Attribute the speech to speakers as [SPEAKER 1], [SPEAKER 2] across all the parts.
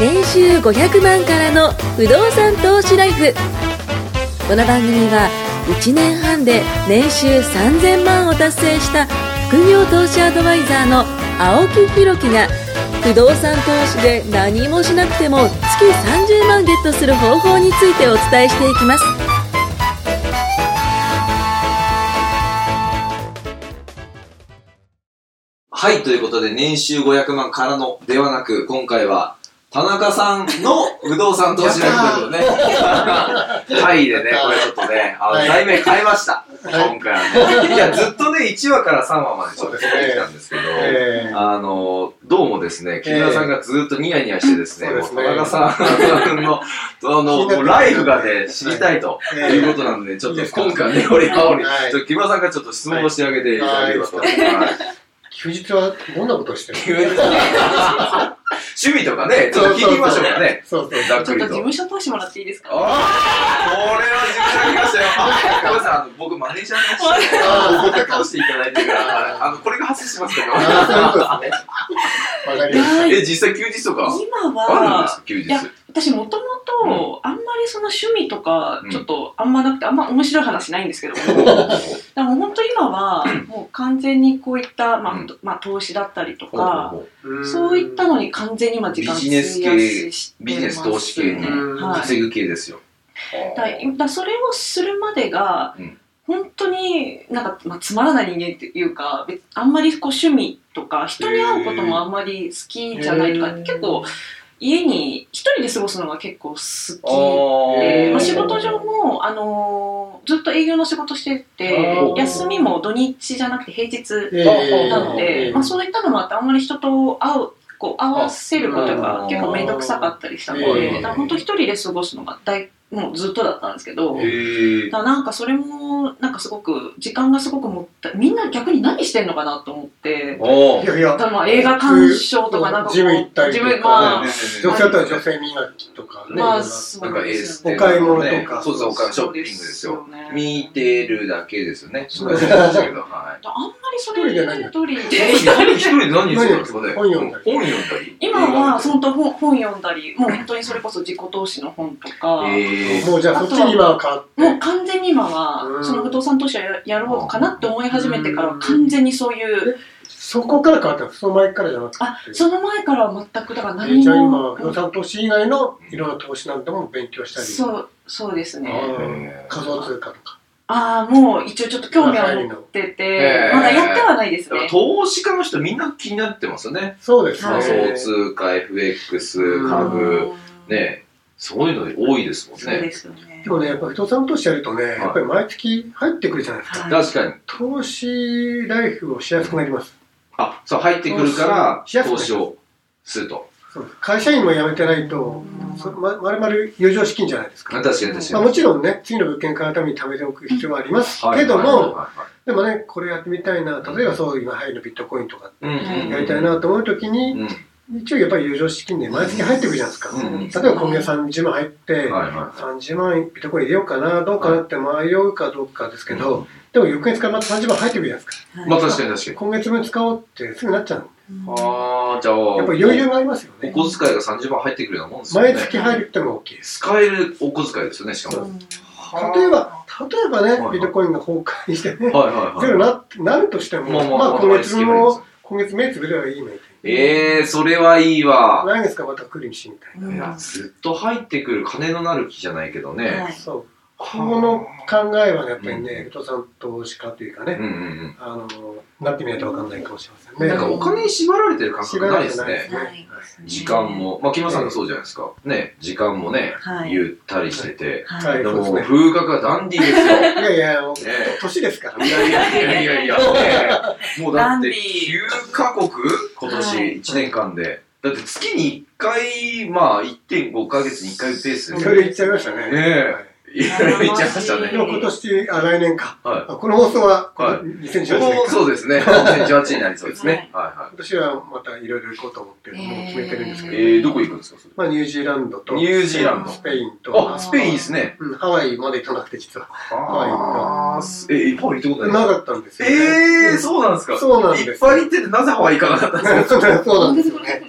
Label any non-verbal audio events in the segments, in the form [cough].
[SPEAKER 1] 年収500万からの不動産投資ライフこの番組は1年半で年収3000万を達成した副業投資アドバイザーの青木弘樹が不動産投資で何もしなくても月30万ゲットする方法についてお伝えしていきます
[SPEAKER 2] はい、ということで、年収500万からのではなく、今回は、田中さんの不動産投資ライフということでね。はいでね、これちょっとね、あの、
[SPEAKER 3] はい
[SPEAKER 2] 題名変えました。今回はね。いや、ずっとね、1話から3話までちょっと
[SPEAKER 3] そうですね
[SPEAKER 2] 出てきたんですけど、
[SPEAKER 3] えー
[SPEAKER 2] あの、どうもですね、木村さんがずっとニヤニヤしてですね、
[SPEAKER 3] ええ
[SPEAKER 2] もう
[SPEAKER 3] そう
[SPEAKER 2] 田
[SPEAKER 3] ですね
[SPEAKER 2] 中さ
[SPEAKER 3] [laughs]
[SPEAKER 2] んの、その、もうライフがね、知りたいと。
[SPEAKER 3] えー
[SPEAKER 2] いうことなんで、ちょっと
[SPEAKER 3] いいですか
[SPEAKER 2] 今回はね、俺は俺、
[SPEAKER 3] はい
[SPEAKER 2] ちょっと木村さんがちょっと質問をしてあげていただければと。
[SPEAKER 3] はい
[SPEAKER 2] はい
[SPEAKER 3] 休日はどんなことをしてる
[SPEAKER 2] 急に [laughs] 趣味とかね、ちょっと聞いてみましょうかね。
[SPEAKER 3] そうそう。
[SPEAKER 2] ざっ
[SPEAKER 4] ち
[SPEAKER 2] く
[SPEAKER 4] ょっ
[SPEAKER 2] り
[SPEAKER 4] と
[SPEAKER 2] と。
[SPEAKER 4] 事務所通してもらっていいです
[SPEAKER 2] あ
[SPEAKER 4] か
[SPEAKER 2] あ、これは自分でやりましたよ。あごめんなさいあの、僕マネージャーでした。怒った顔していただいてから、はいあの、これが発生しますけど。
[SPEAKER 3] ああ、そういうことですね。わかりまし
[SPEAKER 4] はい
[SPEAKER 2] え、実際休日とか
[SPEAKER 4] 今
[SPEAKER 2] あるんです
[SPEAKER 4] は
[SPEAKER 2] か休日
[SPEAKER 4] い。や私もともとあんまりその趣味とか
[SPEAKER 2] うん
[SPEAKER 4] ちょっとあんまなくてあんま面白い話ないんですけども、だからもう本当今はもう完全にこういった、まあ
[SPEAKER 2] うん
[SPEAKER 4] まあ、投資だったりと
[SPEAKER 2] ほうほう
[SPEAKER 4] か、
[SPEAKER 2] ほう
[SPEAKER 3] た。
[SPEAKER 4] そういったのに完全に今時間費やししてます
[SPEAKER 2] ビジネス系ビジネス投資系に
[SPEAKER 4] はい
[SPEAKER 2] 稼ぐ系ですよ。
[SPEAKER 4] だだからそれをするまでが、
[SPEAKER 2] うん
[SPEAKER 4] 本当になんか、まあ、つまらない人間っていうか別あんまりこう趣味とか人に会うこともあんまり好きじゃないとか、
[SPEAKER 3] へー
[SPEAKER 4] 結構家に一人で過ごすのが結構好き
[SPEAKER 2] ー
[SPEAKER 4] で、まあ、仕事上も、あのーずっと営業の仕事してて
[SPEAKER 3] あー
[SPEAKER 4] 休みも土日じゃなくて平日
[SPEAKER 3] え
[SPEAKER 4] なので、まあ、そういったのもあってあんまり人と会うこう合わせること
[SPEAKER 2] あ
[SPEAKER 4] が
[SPEAKER 2] ー
[SPEAKER 4] 結構面倒くさかったりしたので、
[SPEAKER 3] ええ
[SPEAKER 4] だから本当一人で過ごすのが大もうずっとだったんですけど、
[SPEAKER 2] へー
[SPEAKER 4] だからなんかそれもなんかすごく時間がすごくもったいみんな逆に何してんのかなと思って。
[SPEAKER 2] おー
[SPEAKER 3] い
[SPEAKER 2] ね
[SPEAKER 3] やい
[SPEAKER 4] だか
[SPEAKER 3] や、
[SPEAKER 4] らまあ映画鑑賞とかなんかこう
[SPEAKER 3] ジム行ったりとか
[SPEAKER 4] ジム
[SPEAKER 2] え
[SPEAKER 4] まあ
[SPEAKER 2] ねえねえ
[SPEAKER 3] 女性だったら女性磨きとかね。
[SPEAKER 4] まあ
[SPEAKER 3] そ
[SPEAKER 4] そ
[SPEAKER 2] なん
[SPEAKER 4] うな
[SPEAKER 2] か
[SPEAKER 4] ん
[SPEAKER 2] エー
[SPEAKER 4] で
[SPEAKER 2] ス
[SPEAKER 4] すよね
[SPEAKER 3] お買い物とか
[SPEAKER 2] そうそう、お買いショッピングですよ。見てるだけですよね。
[SPEAKER 3] そうです
[SPEAKER 2] 昔言いましたけど、はい。
[SPEAKER 4] あんまりそ
[SPEAKER 3] 一人
[SPEAKER 4] れ
[SPEAKER 3] で何
[SPEAKER 4] 一人で
[SPEAKER 2] 一人で何してるんですかね。
[SPEAKER 3] 本読んだり
[SPEAKER 2] 本読んだり。
[SPEAKER 4] 今は
[SPEAKER 2] そ
[SPEAKER 4] 本当本本読んだりもう本当にそれこそ自己投資の本とか、
[SPEAKER 2] えー
[SPEAKER 3] もうじゃあそっちに今は変わって。
[SPEAKER 4] もう完全に今は、
[SPEAKER 3] うん
[SPEAKER 4] その不動産投資をややろうかなって思い始めてから
[SPEAKER 3] う
[SPEAKER 4] は
[SPEAKER 3] ん
[SPEAKER 4] 完全にそういう、
[SPEAKER 3] そこから変わったのその前からじゃなくて。
[SPEAKER 4] あその前からは全くだから
[SPEAKER 3] えー
[SPEAKER 4] 何
[SPEAKER 3] じゃあ
[SPEAKER 4] も
[SPEAKER 3] 今、、不動産投資以外のいろんな投資なんても勉強したり、
[SPEAKER 4] そうそうです
[SPEAKER 3] あ
[SPEAKER 4] ね
[SPEAKER 3] ー仮想通貨とか。
[SPEAKER 4] ああもう一応ちょっと興味は持って
[SPEAKER 2] へ
[SPEAKER 4] て
[SPEAKER 2] ー
[SPEAKER 4] まだやってはないで
[SPEAKER 2] だ
[SPEAKER 4] す
[SPEAKER 2] から
[SPEAKER 4] ね
[SPEAKER 2] 投資家の人みんな気になってますよね。
[SPEAKER 3] そうですね。
[SPEAKER 4] は
[SPEAKER 2] 仮
[SPEAKER 4] い
[SPEAKER 2] 想通貨、FX、株、
[SPEAKER 4] うん
[SPEAKER 2] ねそういうの多いですもん
[SPEAKER 4] そう
[SPEAKER 2] ね。
[SPEAKER 4] ですよね
[SPEAKER 3] でもね、やっぱ不動産投資やるとね、やっぱり毎月入ってくるじゃないですか。
[SPEAKER 4] はい
[SPEAKER 2] 確かに。
[SPEAKER 3] 投資ライフをしやすくなります。
[SPEAKER 2] あ、そう、入ってくるか
[SPEAKER 3] 投資し
[SPEAKER 2] ら、
[SPEAKER 3] やすく
[SPEAKER 2] 投資をすると。
[SPEAKER 3] そうです会社員も辞めてないと、そままるまる余剰資金じゃないですか。
[SPEAKER 2] 確かに確
[SPEAKER 3] ま
[SPEAKER 2] か
[SPEAKER 3] あ、
[SPEAKER 2] に。
[SPEAKER 3] もちろんね、次の物件買うために貯めておく必要はあります
[SPEAKER 2] はい
[SPEAKER 3] けど
[SPEAKER 2] はいはい
[SPEAKER 3] も、
[SPEAKER 2] はいはい
[SPEAKER 3] でもね、これやってみたいな、例えばそう、今入るビットコインとか
[SPEAKER 2] うんうんうん
[SPEAKER 3] やりたいなと思うとき
[SPEAKER 2] う
[SPEAKER 3] に、
[SPEAKER 2] ん。
[SPEAKER 3] 一応やっぱり余剰資金で毎月入ってくるじゃないですか。
[SPEAKER 2] うんうん
[SPEAKER 3] 例えば今月30万入って、
[SPEAKER 2] はいはい。
[SPEAKER 3] 30万ビットコイン入れようかな、どうかなって迷うかどうかですけど、でも翌月からまた30万入ってくるじゃないですか。
[SPEAKER 2] まあ確かに確かに。
[SPEAKER 3] 今月分使おうってすぐなっちゃう
[SPEAKER 4] は
[SPEAKER 2] ああ、じゃあ、
[SPEAKER 3] やっぱり余裕がありますよ
[SPEAKER 2] お
[SPEAKER 3] ね。
[SPEAKER 2] 小遣いが30万入ってくるようなもんですよね。
[SPEAKER 3] 毎月入るっても大きいです。
[SPEAKER 2] 使えるお小遣いですよね、しか
[SPEAKER 4] い
[SPEAKER 2] も。
[SPEAKER 3] 例えば、例えば
[SPEAKER 2] いは
[SPEAKER 3] ね、
[SPEAKER 2] い
[SPEAKER 3] ビットコインが崩壊してね、
[SPEAKER 2] はいはいは
[SPEAKER 3] ゼロ
[SPEAKER 2] い。
[SPEAKER 3] にななるとしても、
[SPEAKER 2] もう
[SPEAKER 3] まあ今月分も、
[SPEAKER 2] も
[SPEAKER 3] 今月目つぶればいいね。
[SPEAKER 2] ええー、それはいいわ。
[SPEAKER 3] 来月からまた来るしみたい
[SPEAKER 4] うん
[SPEAKER 2] いや、ずっと入ってくる金のなる木じゃないけど
[SPEAKER 4] は
[SPEAKER 2] ね。
[SPEAKER 3] な。
[SPEAKER 4] い
[SPEAKER 3] そう。
[SPEAKER 2] は
[SPEAKER 3] 今後の考えはねやっぱり
[SPEAKER 2] う
[SPEAKER 3] ね、不動産投資家というか
[SPEAKER 2] うん
[SPEAKER 3] ね、
[SPEAKER 2] うん
[SPEAKER 3] あの、なってみないとわかんないかもしれません
[SPEAKER 2] うん。な
[SPEAKER 3] ね。
[SPEAKER 2] んかお金に縛られてる感
[SPEAKER 3] 知
[SPEAKER 2] 覚ない
[SPEAKER 3] らな
[SPEAKER 2] で
[SPEAKER 3] く
[SPEAKER 2] す
[SPEAKER 3] ないです
[SPEAKER 2] ね。
[SPEAKER 3] ね。
[SPEAKER 4] は
[SPEAKER 3] はいい
[SPEAKER 2] 時間も、まあ、木村さんがそうじゃないですか。ね、時間もね、
[SPEAKER 4] はい
[SPEAKER 2] ゆったりしてて。
[SPEAKER 4] は
[SPEAKER 3] はい
[SPEAKER 2] で
[SPEAKER 3] そうです
[SPEAKER 2] も、
[SPEAKER 3] ね
[SPEAKER 2] 風格がダンディーですよ。ね
[SPEAKER 3] いやいや、もう [laughs]
[SPEAKER 2] え
[SPEAKER 3] 年ですから
[SPEAKER 2] い
[SPEAKER 3] ね。
[SPEAKER 2] やいやいやいやねもうだって
[SPEAKER 4] ダンディ
[SPEAKER 2] 9カ国今
[SPEAKER 4] はい
[SPEAKER 2] 年1年間で。だって月に1回、まあ1.5ヶ月に1回ペースで
[SPEAKER 3] い
[SPEAKER 2] す
[SPEAKER 3] ろ
[SPEAKER 2] よ
[SPEAKER 3] い
[SPEAKER 2] ね。
[SPEAKER 3] ろ言っちゃいましたね。
[SPEAKER 2] ねえいろいろ言っちゃいました
[SPEAKER 3] で
[SPEAKER 2] ね。
[SPEAKER 3] も今年、あ、来年か。
[SPEAKER 2] は
[SPEAKER 3] あこの放送は、こ
[SPEAKER 2] はい
[SPEAKER 3] の2018 [laughs]
[SPEAKER 2] い。
[SPEAKER 3] 年か。
[SPEAKER 2] もうそうですね。2018になりそうですね。は
[SPEAKER 3] 今年はまたいろいろ行こうと思ってる、もう決めてるんです
[SPEAKER 2] いは
[SPEAKER 3] け
[SPEAKER 2] い。
[SPEAKER 3] ど、
[SPEAKER 2] えー、どこ行くんですかそれ
[SPEAKER 3] まあ、ニュージーランドと、
[SPEAKER 2] ニュージーラン
[SPEAKER 3] スペイン
[SPEAKER 2] ド。
[SPEAKER 3] と
[SPEAKER 2] あ、、スペインいいですね。
[SPEAKER 3] うんハワイまで行かなくて実は。
[SPEAKER 2] あー、え、ハワイ行ったこと
[SPEAKER 3] な
[SPEAKER 2] ない
[SPEAKER 3] かったんですよ、
[SPEAKER 2] えー、
[SPEAKER 3] そ
[SPEAKER 2] そうなんですか
[SPEAKER 3] そうなんです
[SPEAKER 2] いっぱい行っててなぜハワイ行かなかったんですか
[SPEAKER 3] うそうなんですよね。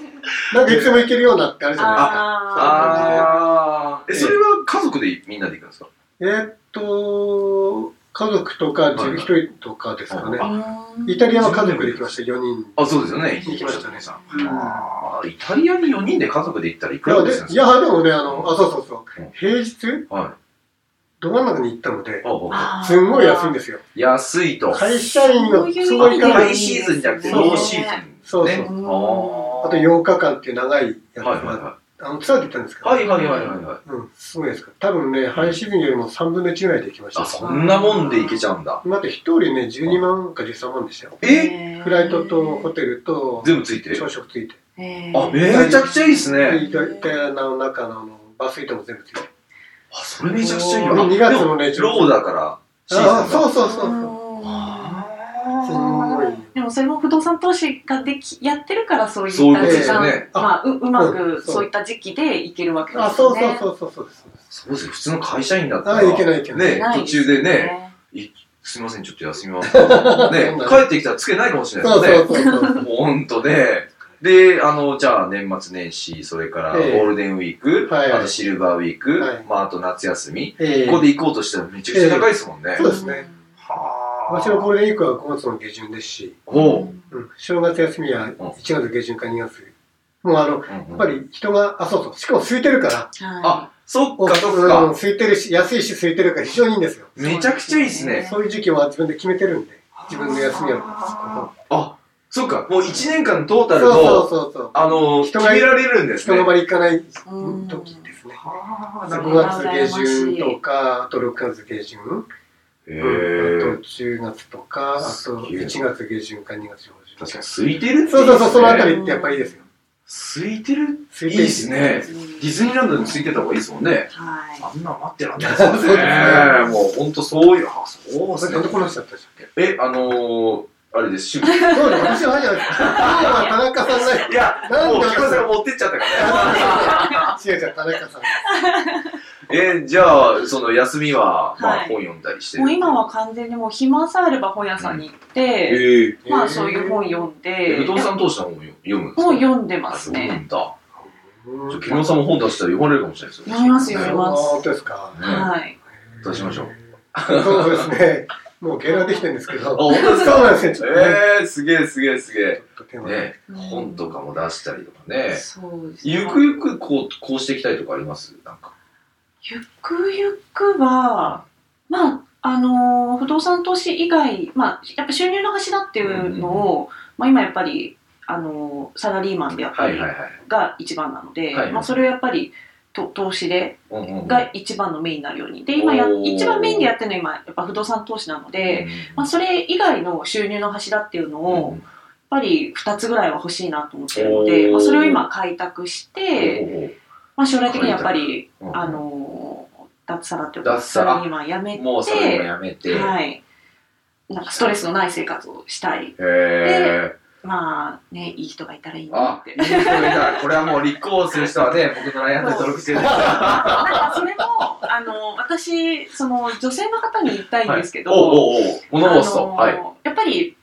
[SPEAKER 3] なんかいつでも行けるようなってあるじゃない
[SPEAKER 4] あ
[SPEAKER 5] あー。
[SPEAKER 2] え、それは家族でみんなで行くんですか
[SPEAKER 3] えーっと、家族とか、自分一人とかですかね。
[SPEAKER 2] あ
[SPEAKER 3] イタリアは家族で行きました、4人。
[SPEAKER 2] あ、そうですよね。
[SPEAKER 3] 行きましたね
[SPEAKER 2] さあーイタリアに4人で家族で行ったらいく
[SPEAKER 3] いや
[SPEAKER 2] らで
[SPEAKER 3] ですいや、でもね、あ
[SPEAKER 2] うん
[SPEAKER 3] の、あ、そうそうそう
[SPEAKER 2] うん。
[SPEAKER 3] 平日、
[SPEAKER 2] は
[SPEAKER 3] ど真ん中に行ったので
[SPEAKER 2] い。、ああ
[SPEAKER 4] ー
[SPEAKER 3] すんごい安いんですよ。
[SPEAKER 2] 安いと。
[SPEAKER 3] 会社員の、
[SPEAKER 4] そういう
[SPEAKER 3] そ
[SPEAKER 4] 意
[SPEAKER 3] こ行
[SPEAKER 4] 味で
[SPEAKER 3] か
[SPEAKER 4] は
[SPEAKER 3] な
[SPEAKER 2] ハ
[SPEAKER 3] い
[SPEAKER 2] イ。シーズンじゃなくて、ローシーズン、ね。
[SPEAKER 3] そうそう
[SPEAKER 2] あ
[SPEAKER 4] そ
[SPEAKER 2] ー
[SPEAKER 3] あと8日間っていう長いやつ
[SPEAKER 2] はいはい
[SPEAKER 3] が、
[SPEAKER 2] は
[SPEAKER 3] あの、ツアーで行ったんですけど、
[SPEAKER 2] い。はいはいはいはいはい。
[SPEAKER 3] うん、すごいですか。多分ね、ハイシーズンよりも3分の1ぐらいで行きました
[SPEAKER 2] あ、。そんなもんで行けちゃうんだ。
[SPEAKER 3] だって一人ね、12万か13万でしたよ。
[SPEAKER 2] え
[SPEAKER 3] フライトとホテルと、
[SPEAKER 2] 全部ついて
[SPEAKER 3] 朝食ついて。
[SPEAKER 4] え
[SPEAKER 2] あ、めちゃくちゃいいです
[SPEAKER 3] で
[SPEAKER 2] ね。
[SPEAKER 3] イタイタリアの中のあのバスイートも全部ついて。
[SPEAKER 2] あ、それめちゃくちゃいいよ。
[SPEAKER 3] おー
[SPEAKER 2] あ
[SPEAKER 3] 二月の
[SPEAKER 2] でも
[SPEAKER 3] ねちょっ
[SPEAKER 2] ロ
[SPEAKER 3] と
[SPEAKER 2] ーだから、シーズン
[SPEAKER 3] ああ、
[SPEAKER 2] だ。
[SPEAKER 3] そうそうそうそう。
[SPEAKER 4] あ
[SPEAKER 3] すごい。
[SPEAKER 4] でもそれも不動産投資ができやってるからそういった
[SPEAKER 2] そういうこと
[SPEAKER 3] で
[SPEAKER 4] 時
[SPEAKER 3] すよ
[SPEAKER 4] 間、
[SPEAKER 2] ね
[SPEAKER 4] まあ、ううま
[SPEAKER 3] う
[SPEAKER 4] く
[SPEAKER 3] んそう
[SPEAKER 4] そういった時期で行けるわけですよね。
[SPEAKER 3] あ、そうそうそうそうそうです。
[SPEAKER 2] そうですよ。普通の会社員だったら。
[SPEAKER 3] あ、いけないいけない。
[SPEAKER 2] ね、
[SPEAKER 4] ない
[SPEAKER 2] 途
[SPEAKER 4] です
[SPEAKER 2] 中でね、。すみません、ちょっと休みます。
[SPEAKER 3] [laughs]
[SPEAKER 2] ね、帰ってきたらつけないかもしれない
[SPEAKER 3] そう
[SPEAKER 2] ですよ
[SPEAKER 3] そう
[SPEAKER 2] ね。
[SPEAKER 3] そうそう。
[SPEAKER 2] ほんとね。で、あの、じゃあ年末年始、それからゴ
[SPEAKER 3] ええ
[SPEAKER 2] ールデンウィーク、
[SPEAKER 3] はい
[SPEAKER 2] あとシルバーウィーク、
[SPEAKER 3] はい
[SPEAKER 2] まああと夏休み、
[SPEAKER 3] ええ
[SPEAKER 2] [laughs] ここで行こうとしたらめちゃくちゃ高いですもんね。
[SPEAKER 3] えそうですね
[SPEAKER 2] は
[SPEAKER 3] 私のゴールデンウィークは5月の下旬ですし、
[SPEAKER 2] ほ
[SPEAKER 3] うん、正月休みは1月下旬か2月。もうあの、
[SPEAKER 2] う。や
[SPEAKER 3] やっぱ。り人が、あ、そうそう、しかも空いてるから、
[SPEAKER 4] は
[SPEAKER 2] あ、そ
[SPEAKER 3] お
[SPEAKER 2] っかそっか。
[SPEAKER 3] 空いてるし、安いし空いてるから非常にいいんですよ。
[SPEAKER 2] めちゃくちゃいいですね。
[SPEAKER 3] そういう時期は自分で決めてるんで、自分の休みは。
[SPEAKER 2] あ、そっか。もう1年間トー
[SPEAKER 3] そ
[SPEAKER 2] タ
[SPEAKER 3] う
[SPEAKER 2] ルの、
[SPEAKER 3] そうそうそう。
[SPEAKER 2] あの、決
[SPEAKER 3] 人が
[SPEAKER 2] められるんです
[SPEAKER 3] 人
[SPEAKER 2] ね
[SPEAKER 3] の。場に行かない
[SPEAKER 4] いうん
[SPEAKER 3] 時ですね。
[SPEAKER 2] はあなるほ
[SPEAKER 3] 5
[SPEAKER 2] ど。
[SPEAKER 3] 月下旬とか、あと6月下旬、
[SPEAKER 2] へ
[SPEAKER 3] あ
[SPEAKER 2] え。
[SPEAKER 3] と10月とか、あと1月下旬か2月上旬。
[SPEAKER 2] 確かに空いてるっていいですね
[SPEAKER 3] そうそうそう、そのあたりってやっぱいいですよ。
[SPEAKER 2] 空いてる
[SPEAKER 3] 空
[SPEAKER 2] い
[SPEAKER 3] い
[SPEAKER 2] い
[SPEAKER 3] てる
[SPEAKER 2] ですね。ディズニーランドについてた方がいいですもんね。 [laughs]
[SPEAKER 4] はい。
[SPEAKER 2] あんな待ってらんないですよ
[SPEAKER 3] そうで
[SPEAKER 2] ね。
[SPEAKER 3] すね
[SPEAKER 2] もう本当そういう、あ、そうです
[SPEAKER 3] なんでこんな
[SPEAKER 2] ね。
[SPEAKER 3] しちゃったでしょ
[SPEAKER 2] え、あのー、あれ [laughs] です、趣味。
[SPEAKER 3] そうだ、私はあれじ [laughs] ゃないですか。今日は田中さん
[SPEAKER 2] いや、
[SPEAKER 3] なんで
[SPEAKER 2] もう木村さんが持ってっちゃったからね。
[SPEAKER 3] が、違う違う、田中さん。
[SPEAKER 2] え、じゃあ、その休みは、ま
[SPEAKER 4] は
[SPEAKER 2] あ
[SPEAKER 4] い
[SPEAKER 2] 本読んだりしてる。
[SPEAKER 4] もう今は完全にもう暇さえあれば本屋さんに行っ
[SPEAKER 2] え
[SPEAKER 4] て、
[SPEAKER 2] ー、
[SPEAKER 4] まあそういう本読ん
[SPEAKER 2] え
[SPEAKER 4] で、
[SPEAKER 2] 不動産投資の本を読むんですか
[SPEAKER 4] 本読んでます
[SPEAKER 2] あ読
[SPEAKER 4] ね。
[SPEAKER 2] んだ。
[SPEAKER 3] うん
[SPEAKER 2] じゃあ木村さんも本出したら読まれるかもしれないですよ。
[SPEAKER 4] 読みますよ
[SPEAKER 2] ね
[SPEAKER 4] 読みます
[SPEAKER 3] 本当ですか。
[SPEAKER 2] ね
[SPEAKER 4] はい。
[SPEAKER 2] 出しましょう。
[SPEAKER 3] そうですね。もうゲラできてるんですけど。あ、
[SPEAKER 2] 本当ですか
[SPEAKER 3] そうなんですよ、ちょっとね。
[SPEAKER 2] えー、すげえすげえすげえ。
[SPEAKER 3] ちょっと手間
[SPEAKER 2] ね、
[SPEAKER 4] うん
[SPEAKER 2] 本とかも出したりとかね。
[SPEAKER 4] そうですね
[SPEAKER 2] ゆくゆくこう、こうしていきたいとかありますなんか。
[SPEAKER 4] ゆくゆくは、まあ、あのー不動産投資以外、まあ、やっぱ収入の柱っていうのを、まあ、今やっぱり、あのーサラリーマンでやっぱ
[SPEAKER 2] は
[SPEAKER 4] り
[SPEAKER 2] いはいはい。
[SPEAKER 4] が一番なので、
[SPEAKER 2] はい
[SPEAKER 4] まあ、それをやっぱりと投資で
[SPEAKER 2] うんうんうん
[SPEAKER 4] が一番のメインになるようにで今や
[SPEAKER 2] おー
[SPEAKER 4] 一番メインでやってるのは今やっぱ不動産投資なので、まあ、それ以外の収入の柱っていうの
[SPEAKER 2] うん
[SPEAKER 4] を、やっぱり2つぐらいは欲しいなと思ってるので、
[SPEAKER 2] おー
[SPEAKER 4] まあ、それを今開拓して、まあ、将来的にやっぱり
[SPEAKER 2] おー
[SPEAKER 4] あのー脱サラっていう
[SPEAKER 2] 脱
[SPEAKER 4] か
[SPEAKER 2] サ
[SPEAKER 4] サ
[SPEAKER 2] ラ
[SPEAKER 4] ラリーマンやめて
[SPEAKER 2] もうそれもやめて。
[SPEAKER 4] はい、なんかストレスのない生活をしたい
[SPEAKER 2] へえ。
[SPEAKER 4] まあねいい人がいたらいいな
[SPEAKER 2] あ
[SPEAKER 4] っ、て
[SPEAKER 2] いい人がいたこれはもう立候補する人は
[SPEAKER 4] [laughs]
[SPEAKER 2] ね、僕のラインアットに登録してるんですよ
[SPEAKER 4] なんかそれもあの私その女性の方に言いたいんですけど、
[SPEAKER 2] はいおうおうおう物申すと。
[SPEAKER 4] あのー
[SPEAKER 2] はい。
[SPEAKER 4] やっぱり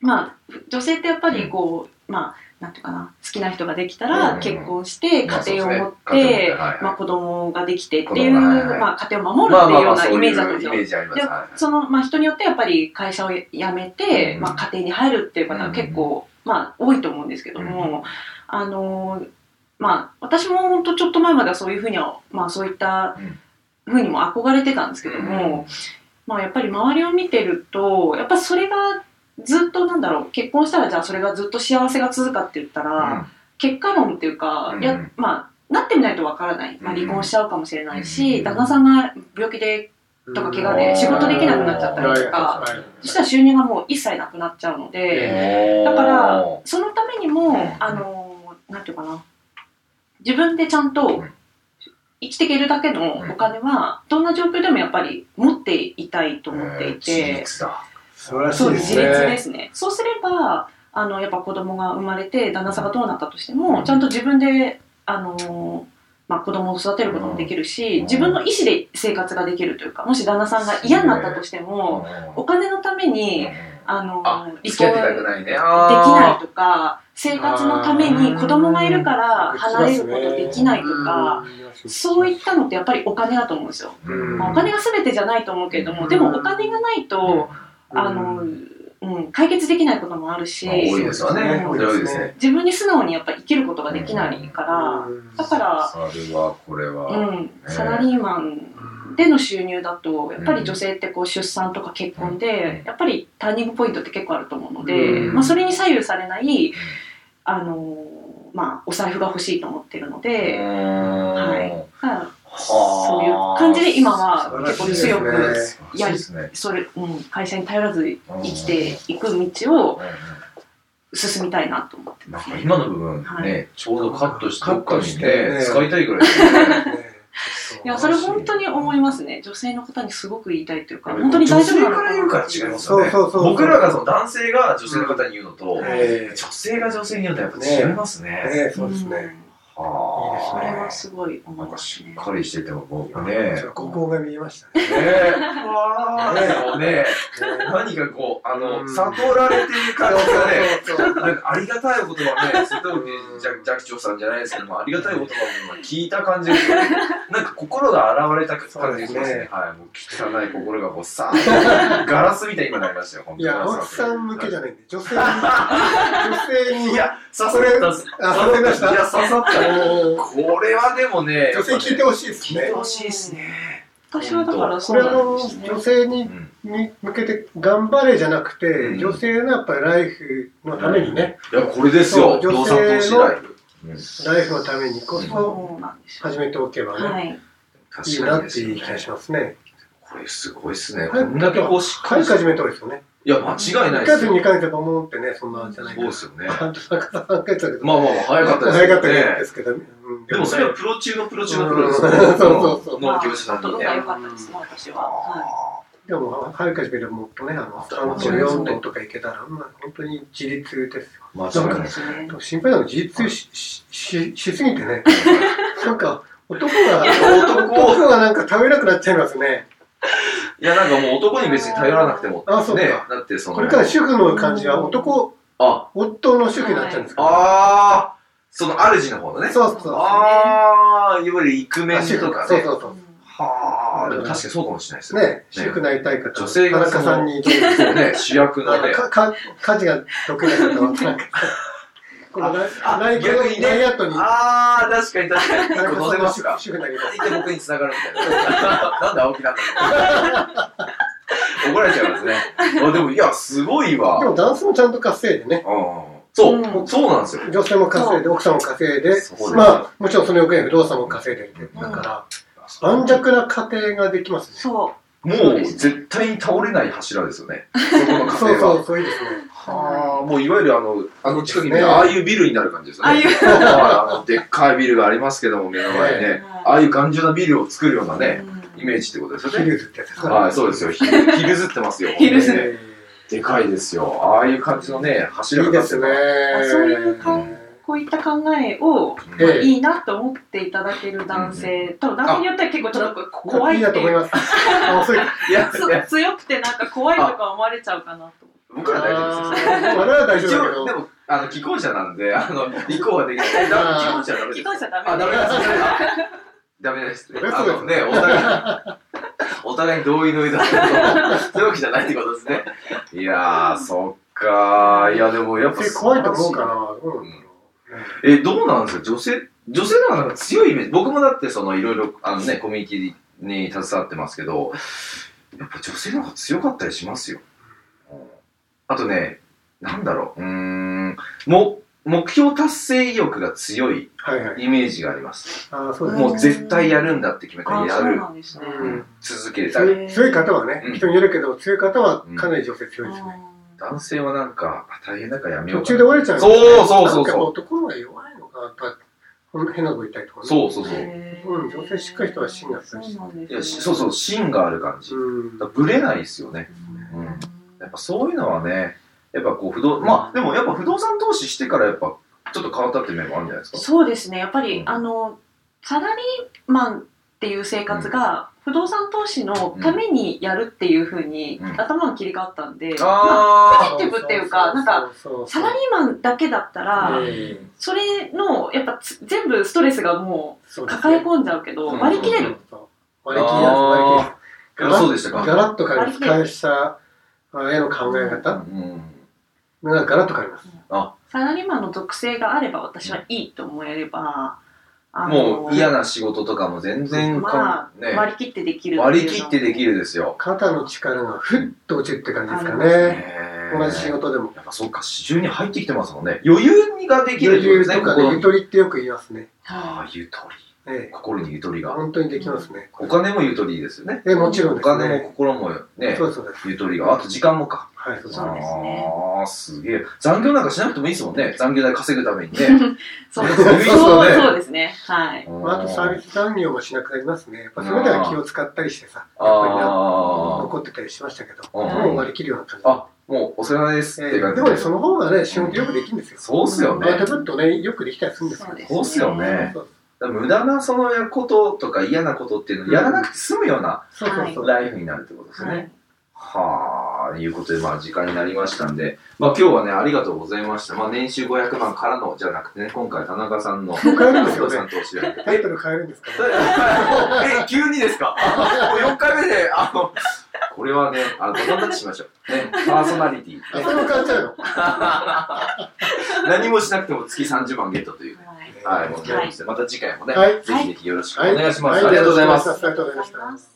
[SPEAKER 4] まあ女性ってやっぱりこう、まあなんていうかな好きな人ができた
[SPEAKER 2] うんうんう
[SPEAKER 4] ら
[SPEAKER 2] ん
[SPEAKER 4] 結婚して
[SPEAKER 2] まあ
[SPEAKER 4] 家庭を持っ
[SPEAKER 2] そうですね家庭を持って
[SPEAKER 4] て
[SPEAKER 2] はいはい
[SPEAKER 4] まあ子供ができてっていう
[SPEAKER 2] 子供がはいはい
[SPEAKER 4] まあ家庭を守るっていうようなイメージだったんです
[SPEAKER 2] イ
[SPEAKER 4] よ
[SPEAKER 2] メージあります。
[SPEAKER 4] で
[SPEAKER 2] はいはい
[SPEAKER 4] その、まあ、人によってやっぱり会社を辞めて、
[SPEAKER 2] うん
[SPEAKER 4] まあ、家庭に入るっていう方が結構、まあ、多いと思うんですけども、あのーまあ、私も本当ちょっと前まではそういうふうには、まあ、そういった
[SPEAKER 2] うん
[SPEAKER 4] ふうにも憧れてたんですけども、まあ、やっぱり周りを見てるとやっぱそれがずっとなんだろう結婚したらじゃあそれがずっと幸せが続くかって言ったら、結果論っていうか、いうや
[SPEAKER 2] ん
[SPEAKER 4] まあ、なってみないとわからない、まあ、離婚しちゃうかもしれないし、
[SPEAKER 2] うん
[SPEAKER 4] 旦那さんが病気で
[SPEAKER 3] うん
[SPEAKER 4] とか怪我で仕事できなくなっちゃったりとか、
[SPEAKER 3] はいはい
[SPEAKER 4] そしたら収入がもう一切なくなっちゃうので、だからそのためにも、
[SPEAKER 2] ん
[SPEAKER 4] あのなんていうかな自分でちゃん
[SPEAKER 2] う
[SPEAKER 4] と
[SPEAKER 2] ん
[SPEAKER 4] 生きていけるだけのお金はどんな状況でもやっぱり持っていたいと思っていて、
[SPEAKER 2] えー自立だ
[SPEAKER 3] 素晴らし
[SPEAKER 4] そ
[SPEAKER 3] いうで
[SPEAKER 4] 自
[SPEAKER 3] す
[SPEAKER 4] 立で
[SPEAKER 3] ね。
[SPEAKER 4] すねそうすればあのやっぱ子供が生まれて旦那さんがどうなったとしてもちゃんと自分であの、まあ、子供を育てることもできるし、
[SPEAKER 2] うん
[SPEAKER 4] 自分の意思で生活ができるというかもし旦那さんが嫌になったとしても、お金のためにあの
[SPEAKER 5] あ
[SPEAKER 4] 移
[SPEAKER 5] 付き合
[SPEAKER 4] 行
[SPEAKER 5] って
[SPEAKER 4] で
[SPEAKER 5] たくないね。でき
[SPEAKER 4] きないとか生活のために子供がいるから離れることできないとかそういったのってやっぱりお金だと思うんですよ、
[SPEAKER 3] うん
[SPEAKER 4] まあ、お金が全てじゃないと思うけれどもでもお金がないとあの、うん、解決できないこともあるし
[SPEAKER 5] 多いですわね。
[SPEAKER 3] そ
[SPEAKER 5] 多
[SPEAKER 3] うですね
[SPEAKER 5] いですね。
[SPEAKER 4] 自分に素直にやっぱ生きることができないから、だか
[SPEAKER 2] それはこれ
[SPEAKER 4] ら、う
[SPEAKER 2] は、
[SPEAKER 4] ん、サラリーマンでの収入だとやっぱり女性ってこう出産とか結婚でやっぱりターニングポイントって結構あると思うので、
[SPEAKER 5] うん
[SPEAKER 4] まあ、それに左右されないあの、まあ、お財布が欲しいと思ってるので、
[SPEAKER 2] は
[SPEAKER 4] だからそういう感じで今は結構強
[SPEAKER 3] 素晴らしい
[SPEAKER 4] く
[SPEAKER 3] です
[SPEAKER 2] いやですね。
[SPEAKER 4] それ、うん、会社に頼らず生きていく道を進みたいなと思って
[SPEAKER 2] な
[SPEAKER 4] ま
[SPEAKER 2] ん
[SPEAKER 4] す
[SPEAKER 2] か
[SPEAKER 4] ね。
[SPEAKER 2] 今の部分
[SPEAKER 4] は
[SPEAKER 2] ね、ちょうどカットして、
[SPEAKER 3] カットし
[SPEAKER 2] どっか
[SPEAKER 3] て
[SPEAKER 2] にね使いたいぐらいですね。
[SPEAKER 4] いやそれ本当に思いますね女性の方にすごく言いたいというか本当に大丈夫な
[SPEAKER 2] 女
[SPEAKER 4] の
[SPEAKER 2] 性から言うから違いますよね。
[SPEAKER 3] そうそうそう
[SPEAKER 2] 僕らがその男性が女性の方に言うのと、
[SPEAKER 4] ん
[SPEAKER 3] え
[SPEAKER 2] 女性が女性に言うのとやっぱ違いますね。
[SPEAKER 3] えええ
[SPEAKER 4] う
[SPEAKER 3] そうですね。
[SPEAKER 4] ん
[SPEAKER 2] はあ
[SPEAKER 4] それは
[SPEAKER 2] す
[SPEAKER 4] すごい思
[SPEAKER 2] ないんか
[SPEAKER 4] ます
[SPEAKER 2] し
[SPEAKER 4] ね
[SPEAKER 2] っかりしてても僕ね。
[SPEAKER 3] ちょっとここが見えましたね。
[SPEAKER 2] ねえ。わあ。もうね、何かこう、あ
[SPEAKER 3] う
[SPEAKER 2] の、
[SPEAKER 3] ん
[SPEAKER 2] 悟られてる感じがね。
[SPEAKER 3] そうそう
[SPEAKER 2] なんかありがたいお言葉ね、瀬戸内
[SPEAKER 3] うん
[SPEAKER 2] 寂寂聴さんじゃないですけども、ありがたいお言葉を今聞いた感じがする、なんか心が現れた感じがします
[SPEAKER 3] そうです
[SPEAKER 2] ね。
[SPEAKER 3] ね
[SPEAKER 2] はい、もう汚い心がこうさーっとガラスみたいに今なりましたよ、本当
[SPEAKER 3] い
[SPEAKER 2] に。
[SPEAKER 3] や、おっさん向けじゃ
[SPEAKER 2] な
[SPEAKER 3] ないんで、
[SPEAKER 2] [laughs]
[SPEAKER 3] 女性に、女性
[SPEAKER 2] い
[SPEAKER 3] に、
[SPEAKER 2] や、刺さったっす。
[SPEAKER 3] あ、わかりました
[SPEAKER 2] い。や、刺さった。
[SPEAKER 3] 女
[SPEAKER 2] これはでもね、やっぱ
[SPEAKER 3] 性
[SPEAKER 2] ね
[SPEAKER 3] 聞いてほしいです
[SPEAKER 2] 聞い
[SPEAKER 3] ね
[SPEAKER 2] て。ほしいですね。
[SPEAKER 4] 私はだから
[SPEAKER 3] こ
[SPEAKER 4] そ
[SPEAKER 3] れ
[SPEAKER 4] う
[SPEAKER 3] あ
[SPEAKER 4] なん
[SPEAKER 3] の
[SPEAKER 4] ですね
[SPEAKER 3] 女性に
[SPEAKER 2] うん
[SPEAKER 3] に向けて頑張れじゃな
[SPEAKER 2] う
[SPEAKER 3] くて、
[SPEAKER 2] ん
[SPEAKER 3] 女性のやっぱりライフのためにね、
[SPEAKER 2] いや、これですよ、
[SPEAKER 3] そう
[SPEAKER 2] 動産投資ライフ。うん
[SPEAKER 3] ライフのためにこそ
[SPEAKER 4] そうなんです
[SPEAKER 3] 始
[SPEAKER 4] よ
[SPEAKER 3] めておけば
[SPEAKER 4] は
[SPEAKER 3] ね、
[SPEAKER 4] い
[SPEAKER 3] いい
[SPEAKER 2] 確か
[SPEAKER 3] なっ
[SPEAKER 2] にで
[SPEAKER 3] て
[SPEAKER 2] すよ
[SPEAKER 3] い
[SPEAKER 2] ね
[SPEAKER 3] う気がしますね。
[SPEAKER 2] これすごいですね。
[SPEAKER 3] こ
[SPEAKER 2] こ
[SPEAKER 3] れ
[SPEAKER 2] んだけこうしっか
[SPEAKER 3] 早
[SPEAKER 2] り
[SPEAKER 3] く始めた方がいいですよね。
[SPEAKER 2] いや、間違いない
[SPEAKER 3] 1
[SPEAKER 2] で
[SPEAKER 3] ヶ
[SPEAKER 2] す
[SPEAKER 3] 月
[SPEAKER 2] よ。
[SPEAKER 3] 2ヶ月とか思うってね、そんなんじゃない
[SPEAKER 2] そうですよね。
[SPEAKER 3] 半年か3ヶ月だけど、
[SPEAKER 2] まあまあまあ、早かったです
[SPEAKER 3] 早かった
[SPEAKER 2] ね。
[SPEAKER 3] ですけどね。うん
[SPEAKER 2] でもそれはプロ中のプロ中のプロです
[SPEAKER 3] うんそうそうそう
[SPEAKER 2] 農業者さん
[SPEAKER 4] と
[SPEAKER 2] に
[SPEAKER 4] か良
[SPEAKER 2] ね。
[SPEAKER 4] かったですね私は、は
[SPEAKER 2] あ
[SPEAKER 3] でも早く始めればもっとね、あの
[SPEAKER 2] そう
[SPEAKER 3] 34頭とかいけたら、まあ、本当に自立ですよ。
[SPEAKER 2] ー間
[SPEAKER 4] い、そ
[SPEAKER 2] 違
[SPEAKER 4] う
[SPEAKER 2] いない。
[SPEAKER 4] ですね
[SPEAKER 3] でも心配なの自立ししししすぎてね、なんか男が、
[SPEAKER 2] 男
[SPEAKER 3] 男がなんか食べなくなっちゃいますね。
[SPEAKER 2] いや、なんかもう男に別に頼らなくても。
[SPEAKER 3] あそうか
[SPEAKER 2] ね。だってその。
[SPEAKER 3] これから主婦の感じは男、
[SPEAKER 2] あ、
[SPEAKER 3] 夫の主婦になっちゃうんですか、
[SPEAKER 2] あー、その主の方のね。
[SPEAKER 3] そうそうそう。
[SPEAKER 2] あー、いわゆるイクメンとか
[SPEAKER 3] そう
[SPEAKER 2] ね。
[SPEAKER 3] そう
[SPEAKER 4] う
[SPEAKER 3] そ
[SPEAKER 4] ん
[SPEAKER 2] はー、でも確かにそうかもしれないです
[SPEAKER 3] う。
[SPEAKER 2] ね。
[SPEAKER 3] ね、主婦になりたい方、
[SPEAKER 2] 女性
[SPEAKER 3] 田
[SPEAKER 2] がそ
[SPEAKER 3] 中
[SPEAKER 2] の
[SPEAKER 3] さんに、
[SPEAKER 2] そうね、主役
[SPEAKER 3] あ
[SPEAKER 2] のね
[SPEAKER 3] の。かか家事が得意な方は、田中さん。このライ
[SPEAKER 2] あ
[SPEAKER 3] ライブの
[SPEAKER 2] 逆にね
[SPEAKER 3] ライアットに、
[SPEAKER 2] あー、確かに確かに。一
[SPEAKER 3] 田
[SPEAKER 2] 個
[SPEAKER 3] 中
[SPEAKER 2] 乗
[SPEAKER 3] さ
[SPEAKER 2] せ
[SPEAKER 3] んの
[SPEAKER 2] ま
[SPEAKER 3] 主
[SPEAKER 2] す
[SPEAKER 3] 婦
[SPEAKER 2] か。
[SPEAKER 3] 主婦になりたい。
[SPEAKER 2] で僕に繋がるみたいな。 [laughs] なんで青木なんだろう怒られちゃいますね。あでも、いや、すごいわ。
[SPEAKER 3] でも男性もちゃんと稼いでね、
[SPEAKER 2] うんそう、
[SPEAKER 4] うん
[SPEAKER 2] そうなんですよ。
[SPEAKER 3] 女性も稼いで、奥さんも稼いで
[SPEAKER 2] そうです、
[SPEAKER 3] まあ、もちろんその横に不動産も稼いでるだから、盤石な家庭ができますね。
[SPEAKER 4] そ
[SPEAKER 2] もう絶対に倒れない柱ですよね。そこの
[SPEAKER 3] そ
[SPEAKER 2] 家
[SPEAKER 3] う
[SPEAKER 2] 庭
[SPEAKER 3] そ
[SPEAKER 2] は
[SPEAKER 3] う、。そういいですね。
[SPEAKER 2] はあ、もういわゆるあの、あの近くにね、
[SPEAKER 3] ね
[SPEAKER 2] ああいうビルになる感じですよね。
[SPEAKER 4] ああいう
[SPEAKER 2] はいあのでっかいビルがありますけども、目の前に
[SPEAKER 4] う、
[SPEAKER 2] ね。あ
[SPEAKER 4] は
[SPEAKER 2] あいう頑丈なビルを作るようないね、
[SPEAKER 4] うん
[SPEAKER 2] イメージってことです
[SPEAKER 3] ヒ
[SPEAKER 2] よね。
[SPEAKER 3] ルズってやつですか
[SPEAKER 2] はい、そうですよ。ひるひるずってますよ。
[SPEAKER 4] ひるず
[SPEAKER 2] 本当にねでかいですよ。ああいう感じのね、柱
[SPEAKER 3] い
[SPEAKER 2] が
[SPEAKER 3] い
[SPEAKER 2] 立
[SPEAKER 3] で
[SPEAKER 2] って
[SPEAKER 3] す
[SPEAKER 2] る
[SPEAKER 3] ね
[SPEAKER 2] から。。
[SPEAKER 4] そういう感こういった考え
[SPEAKER 2] う
[SPEAKER 4] を
[SPEAKER 2] ん
[SPEAKER 3] ええ
[SPEAKER 4] いいなと思っていただける男性と男性によっては結構ちょっと怖
[SPEAKER 3] い
[SPEAKER 4] い
[SPEAKER 3] い
[SPEAKER 4] って
[SPEAKER 3] だと思い
[SPEAKER 4] いう
[SPEAKER 3] ます。あ、そういう
[SPEAKER 2] いや、いや
[SPEAKER 4] つ強くてなんか怖いとか思われちゃうかなと思って
[SPEAKER 2] 僕ら大丈夫ですよ。
[SPEAKER 3] あー我々は大丈
[SPEAKER 2] 一
[SPEAKER 3] 夫だけ
[SPEAKER 2] 応、
[SPEAKER 3] ど
[SPEAKER 2] で。も、あの、既婚者なんで、あの、移行はできない。既
[SPEAKER 3] あ
[SPEAKER 2] 婚者はダメです
[SPEAKER 4] 既。婚者ダメ
[SPEAKER 2] あ、ダメですね。ダメですね。あのね、お互い、お互いに同意の上だけど、そういうわけじゃないってことですね。いやー、そっかー。いや、でもやっぱ
[SPEAKER 3] え、怖いと思うかな。どうなんだろ。
[SPEAKER 2] え、どうなんですか女性、女性の方がなんか強いイメージ。僕もだって、その、いろいろ、あのね、コミュニティに携わってますけど、やっぱ女性の方が強かったりしますよ。あとね、なんだろう、うーん、も、目標達成意欲が強いう
[SPEAKER 3] はいはい。
[SPEAKER 2] イメージがあります。
[SPEAKER 3] あー、そうですね。
[SPEAKER 2] もう絶対やるんだって決めた
[SPEAKER 4] あ
[SPEAKER 2] ら
[SPEAKER 4] ー
[SPEAKER 2] や
[SPEAKER 4] そう
[SPEAKER 2] る
[SPEAKER 4] な。んですね
[SPEAKER 3] うん
[SPEAKER 2] 続けたり。
[SPEAKER 4] へー
[SPEAKER 3] 強い方はね
[SPEAKER 2] うん、
[SPEAKER 3] 人によるけど、強い方はかなり女性強いですね。
[SPEAKER 4] あ
[SPEAKER 2] 男性はなんか、あ大変だからやめよ
[SPEAKER 3] 途
[SPEAKER 2] うか
[SPEAKER 3] 中
[SPEAKER 2] な
[SPEAKER 3] で終われちゃう。
[SPEAKER 2] そうそうそうそう
[SPEAKER 3] なんかやっぱ男の方が弱いのかなとか、この変なこと言ったりとかね。
[SPEAKER 2] そうそう
[SPEAKER 4] ー
[SPEAKER 2] そう。
[SPEAKER 4] へー
[SPEAKER 3] うん女性しっかり人は芯が強いし
[SPEAKER 4] そうなん
[SPEAKER 2] い
[SPEAKER 4] で
[SPEAKER 2] や
[SPEAKER 4] す
[SPEAKER 2] し
[SPEAKER 4] ね
[SPEAKER 2] そうそう、芯がある感じ。
[SPEAKER 3] うん。
[SPEAKER 2] だからぶれないですよね。
[SPEAKER 4] うん
[SPEAKER 2] うんやっぱそういうのはね、やっぱこう不動、まあでもやっぱ不動産投資してからやっぱちょっと変わったって面もあるんじゃないですか。
[SPEAKER 4] そうですねやっぱり、
[SPEAKER 2] うん
[SPEAKER 4] あのサラリーマンっていう生活が不動産投資のためにやるっていうふうに、
[SPEAKER 2] うん
[SPEAKER 4] 頭が切り替わったんで、まあ
[SPEAKER 2] あ
[SPEAKER 4] ポジティブっていうかなんかサラリーマンだけだったら、
[SPEAKER 3] うん
[SPEAKER 4] それの、やっぱつ全部ストレスがもう抱え
[SPEAKER 3] む
[SPEAKER 4] 込んじゃうけど、
[SPEAKER 2] うん
[SPEAKER 4] 割り切れる。
[SPEAKER 3] 割り切れる割り切れ
[SPEAKER 2] あ
[SPEAKER 3] る
[SPEAKER 2] そうでしたか
[SPEAKER 3] ガラッと変わります会社への考え
[SPEAKER 2] う
[SPEAKER 3] 方
[SPEAKER 2] ん
[SPEAKER 3] がガラッと変わります
[SPEAKER 4] サラリーマンの属性があれば私はいいと思えれば、あの
[SPEAKER 2] もう嫌な仕事とかも全然かんね
[SPEAKER 4] 割り切ってできる
[SPEAKER 2] 割り切ってでき
[SPEAKER 4] る。
[SPEAKER 2] るですよ
[SPEAKER 3] 肩の力がふっと落ちるって感じですか
[SPEAKER 4] あ
[SPEAKER 3] ね
[SPEAKER 4] り
[SPEAKER 2] へー
[SPEAKER 3] 同じ仕事でも
[SPEAKER 2] やっぱそうか市中に入ってきてますもんね余裕ができる
[SPEAKER 3] 余
[SPEAKER 2] ってことで
[SPEAKER 3] 裕
[SPEAKER 2] すね
[SPEAKER 3] とか
[SPEAKER 2] 心に
[SPEAKER 3] ねゆとりってよく言いますね
[SPEAKER 2] あ
[SPEAKER 4] は
[SPEAKER 2] あゆとり
[SPEAKER 3] ええ
[SPEAKER 2] 心にゆとりが
[SPEAKER 3] 本当にできますね
[SPEAKER 2] お金もゆとりですよね
[SPEAKER 3] ええもちろん
[SPEAKER 2] お
[SPEAKER 3] です
[SPEAKER 2] 金も
[SPEAKER 3] ね
[SPEAKER 2] 心もね
[SPEAKER 3] そうですそうです
[SPEAKER 2] ゆとりがあと時間もか
[SPEAKER 3] はいそうです
[SPEAKER 4] そうですね
[SPEAKER 2] ああすげえ残業なんかしなくてもいいですもんね残業代稼ぐため
[SPEAKER 4] [laughs]
[SPEAKER 2] にね
[SPEAKER 4] いそ
[SPEAKER 2] そ
[SPEAKER 4] うそうう
[SPEAKER 2] ですよね
[SPEAKER 4] そうですね。はい。
[SPEAKER 2] うん
[SPEAKER 3] まあ、あとサービス残業もしなくなりますね。やっぱそれでは気を使ったりしてさ、やっぱりな
[SPEAKER 2] あ
[SPEAKER 3] 残ってたりしましたけど、
[SPEAKER 2] うん
[SPEAKER 3] もう割り切るような感じ。
[SPEAKER 2] あもうお世話ですっ
[SPEAKER 3] え
[SPEAKER 2] て
[SPEAKER 3] ー
[SPEAKER 2] 感
[SPEAKER 3] で
[SPEAKER 2] じ
[SPEAKER 3] もね、その方がね、仕事よくできるんですよ。
[SPEAKER 2] そうっすよね
[SPEAKER 3] アウトプットね、よくできたりするんですよ。
[SPEAKER 4] そうですね。
[SPEAKER 2] そうっすよね
[SPEAKER 3] そう
[SPEAKER 2] だから無駄なそのこととか嫌なことっていうのをやらなくて済むような
[SPEAKER 3] そうそうそう。
[SPEAKER 2] ライフになるってことですね、
[SPEAKER 4] はい。
[SPEAKER 2] はあ、いうことで、まあ、時間になりましたんで、まあ、今日はね、ありがとうございました。まあ、年収500万からの、じゃなくてね、今回、田中さんの、
[SPEAKER 3] 変えるんですよね
[SPEAKER 2] 田中さんと知り合い
[SPEAKER 3] タイトル変えるんですかね。
[SPEAKER 2] [laughs] え、急にですかもう4回目で、あの、これはね、あの、バトンタッチしましょう。ね、パーソナリティ。
[SPEAKER 3] あ、それも変えちゃうの
[SPEAKER 2] 何もしなくても月30万ゲットという。
[SPEAKER 4] はい
[SPEAKER 2] はい、もうございまして、また次回もね、
[SPEAKER 3] はい
[SPEAKER 2] ぜひぜひよろしくお願いします。あ
[SPEAKER 3] は
[SPEAKER 2] りがとうございます。
[SPEAKER 3] ありがとうございました。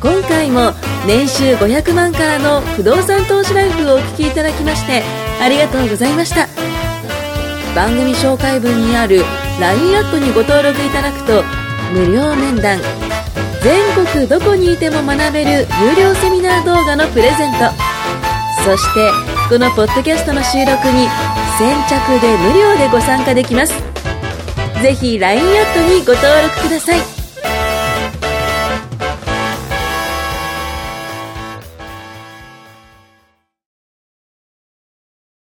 [SPEAKER 1] 今回も年収500万からの不動産投資ライフをお聞きいただきましてありがとうございました番組紹介文にある LINE アットにご登録いただくと無料面談全国どこにいても学べる有料セミナー動画のプレゼントそしてこのポッドキャストの収録に先着で無料でご参加できますぜひ LINE アットにご登録ください